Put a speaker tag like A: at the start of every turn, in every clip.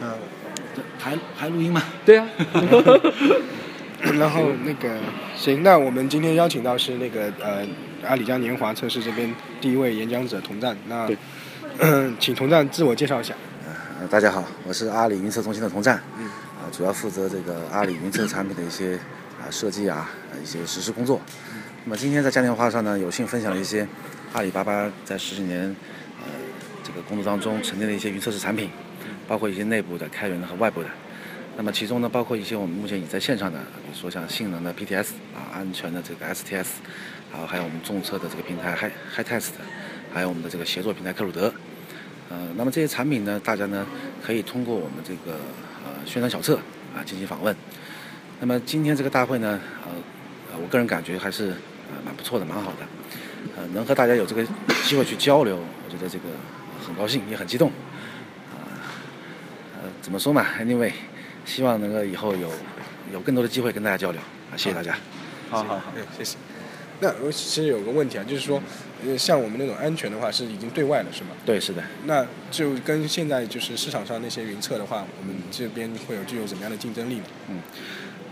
A: 呃还还录音吗？
B: 对啊，
C: 然后那个行，那我们今天邀请到是那个呃阿里家年华测试这边第一位演讲者佟赞，那
B: 对、
C: 请佟赞自我介绍一下。
D: 呃，大家好，我是阿里云测中心的佟赞，
A: 嗯
D: 啊、主要负责这个阿里云测产品的一些啊、设计啊，呃一些实施工作。
A: 嗯
D: 那么今天在嘉年华上呢，有幸分享了一些阿里巴巴在十几年呃这个工作当中沉淀的一些云测试产品，
A: 嗯
D: 包括一些内部的、开源的和外部的。那么其中呢，包括一些我们目前已在线上的，比如说像性能的 PTS 啊、安全的这个 STS，然后还有我们众测的这个平台 Hi Hi Test，还有我们的这个协作平台克鲁德。呃，那么这些产品呢，大家呢可以通过我们这个呃宣传小册啊进行访问。那么今天这个大会呢，呃，呃我个人感觉还是呃蛮不错的，蛮好的。呃，能和大家有这个机会去交流，我觉得这个呃很高兴，也很激动。啊、呃，怎么说嘛，anyway，希望能够以后有有更多的机会跟大家交流啊，谢谢大家。
B: 好好好，
C: 对，谢谢。那我其实有个问题啊，就是说，呃，像我们那种安全的话是已经对外了，是吗？
D: 对，是的。
C: 那就跟现在就是市场上那些云测的话，我们这边会有具有怎么样的竞争力呢？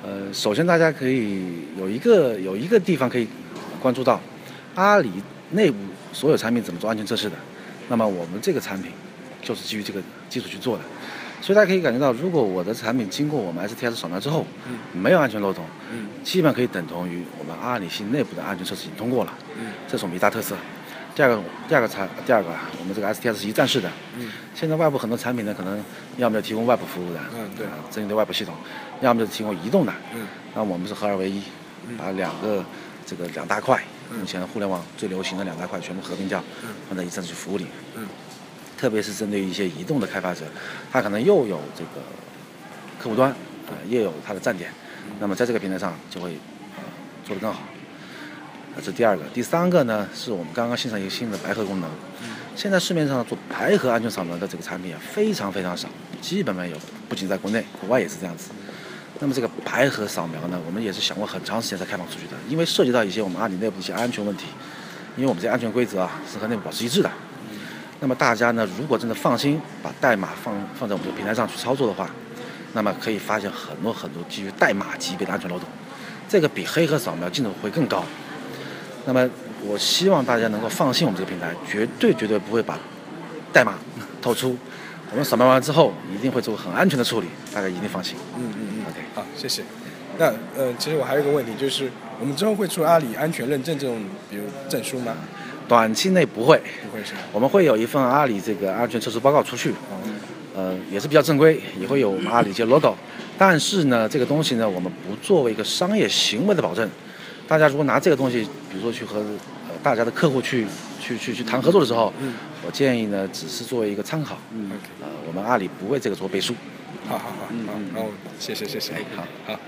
D: 呃，首先大家可以有一个有一个地方可以关注到，阿里内部所有产品怎么做安全测试的。那么我们这个产品就是基于这个基础去做的，所以大家可以感觉到，如果我的产品经过我们 STS 扫描之后，没有安全漏洞，
B: 嗯
D: 基本上可以等同于我们阿里系内部的安全测试已经通过了，
C: 嗯
D: 这是我们一大特色。第二个，第二个产，第二个啊，我们这个 STS 是一站式的。现在外部很多产品呢，可能要么就提供外部服务的，
C: 嗯对
D: 啊，针对外部系统，要么就提供移动的，
C: 嗯，
D: 那我们是合二为一，把两个这个两大块，目前互联网最流行的两大块全部合并掉，放在一站式服务里，
C: 嗯，
D: 特别是针对一些移动的开发者，他可能又有这个客户端，啊，又有他的站点，那么在这个平台上就会呃做得更好。啊，这第二个，第三个呢，是我们刚刚欣赏一个新的白盒功能。现在市面上做白盒安全扫描的这个产品啊，非常非常少，基本没有。不仅在国内，国外也是这样子。那么这个白盒扫描呢，我们也是想过很长时间才开放出去的，因为涉及到一些我们阿里内部的一些安全问题，因为我们这些安全规则啊是和内部保持一致的。那么大家呢，如果真的放心把代码放放在我们的平台上去操作的话，那么可以发现很多很多基于代码级别的安全漏洞，这个比黑盒扫描进度会更高。那么我希望大家能够放心我们这个平台，绝对绝对不会把代码透出。我们扫描完之后，一定会做很安全的处理，大家一定放心。
C: 嗯嗯嗯
D: OK
C: 好，谢谢。那呃，其实我还有一个问题，就是我们之后会出阿里安全认证这种，比如证书吗？
D: 短期内不会，
C: 不会是吧？
D: 我们会有一份阿里这个安全测试报告出去，
C: 嗯
D: 呃，也是比较正规，也会有我们阿里一些 logo。但是呢，这个东西呢，我们不作为一个商业行为的保证。大家如果拿这个东西，比如说去和呃大家的客户去去去去谈合作的时候，我建议呢，只是作为一个参考。嗯
C: OK
D: 呃，我们阿里不为这个做背书。
C: 嗯哎好好好，好，那我谢谢谢谢，
D: 好。
C: 好，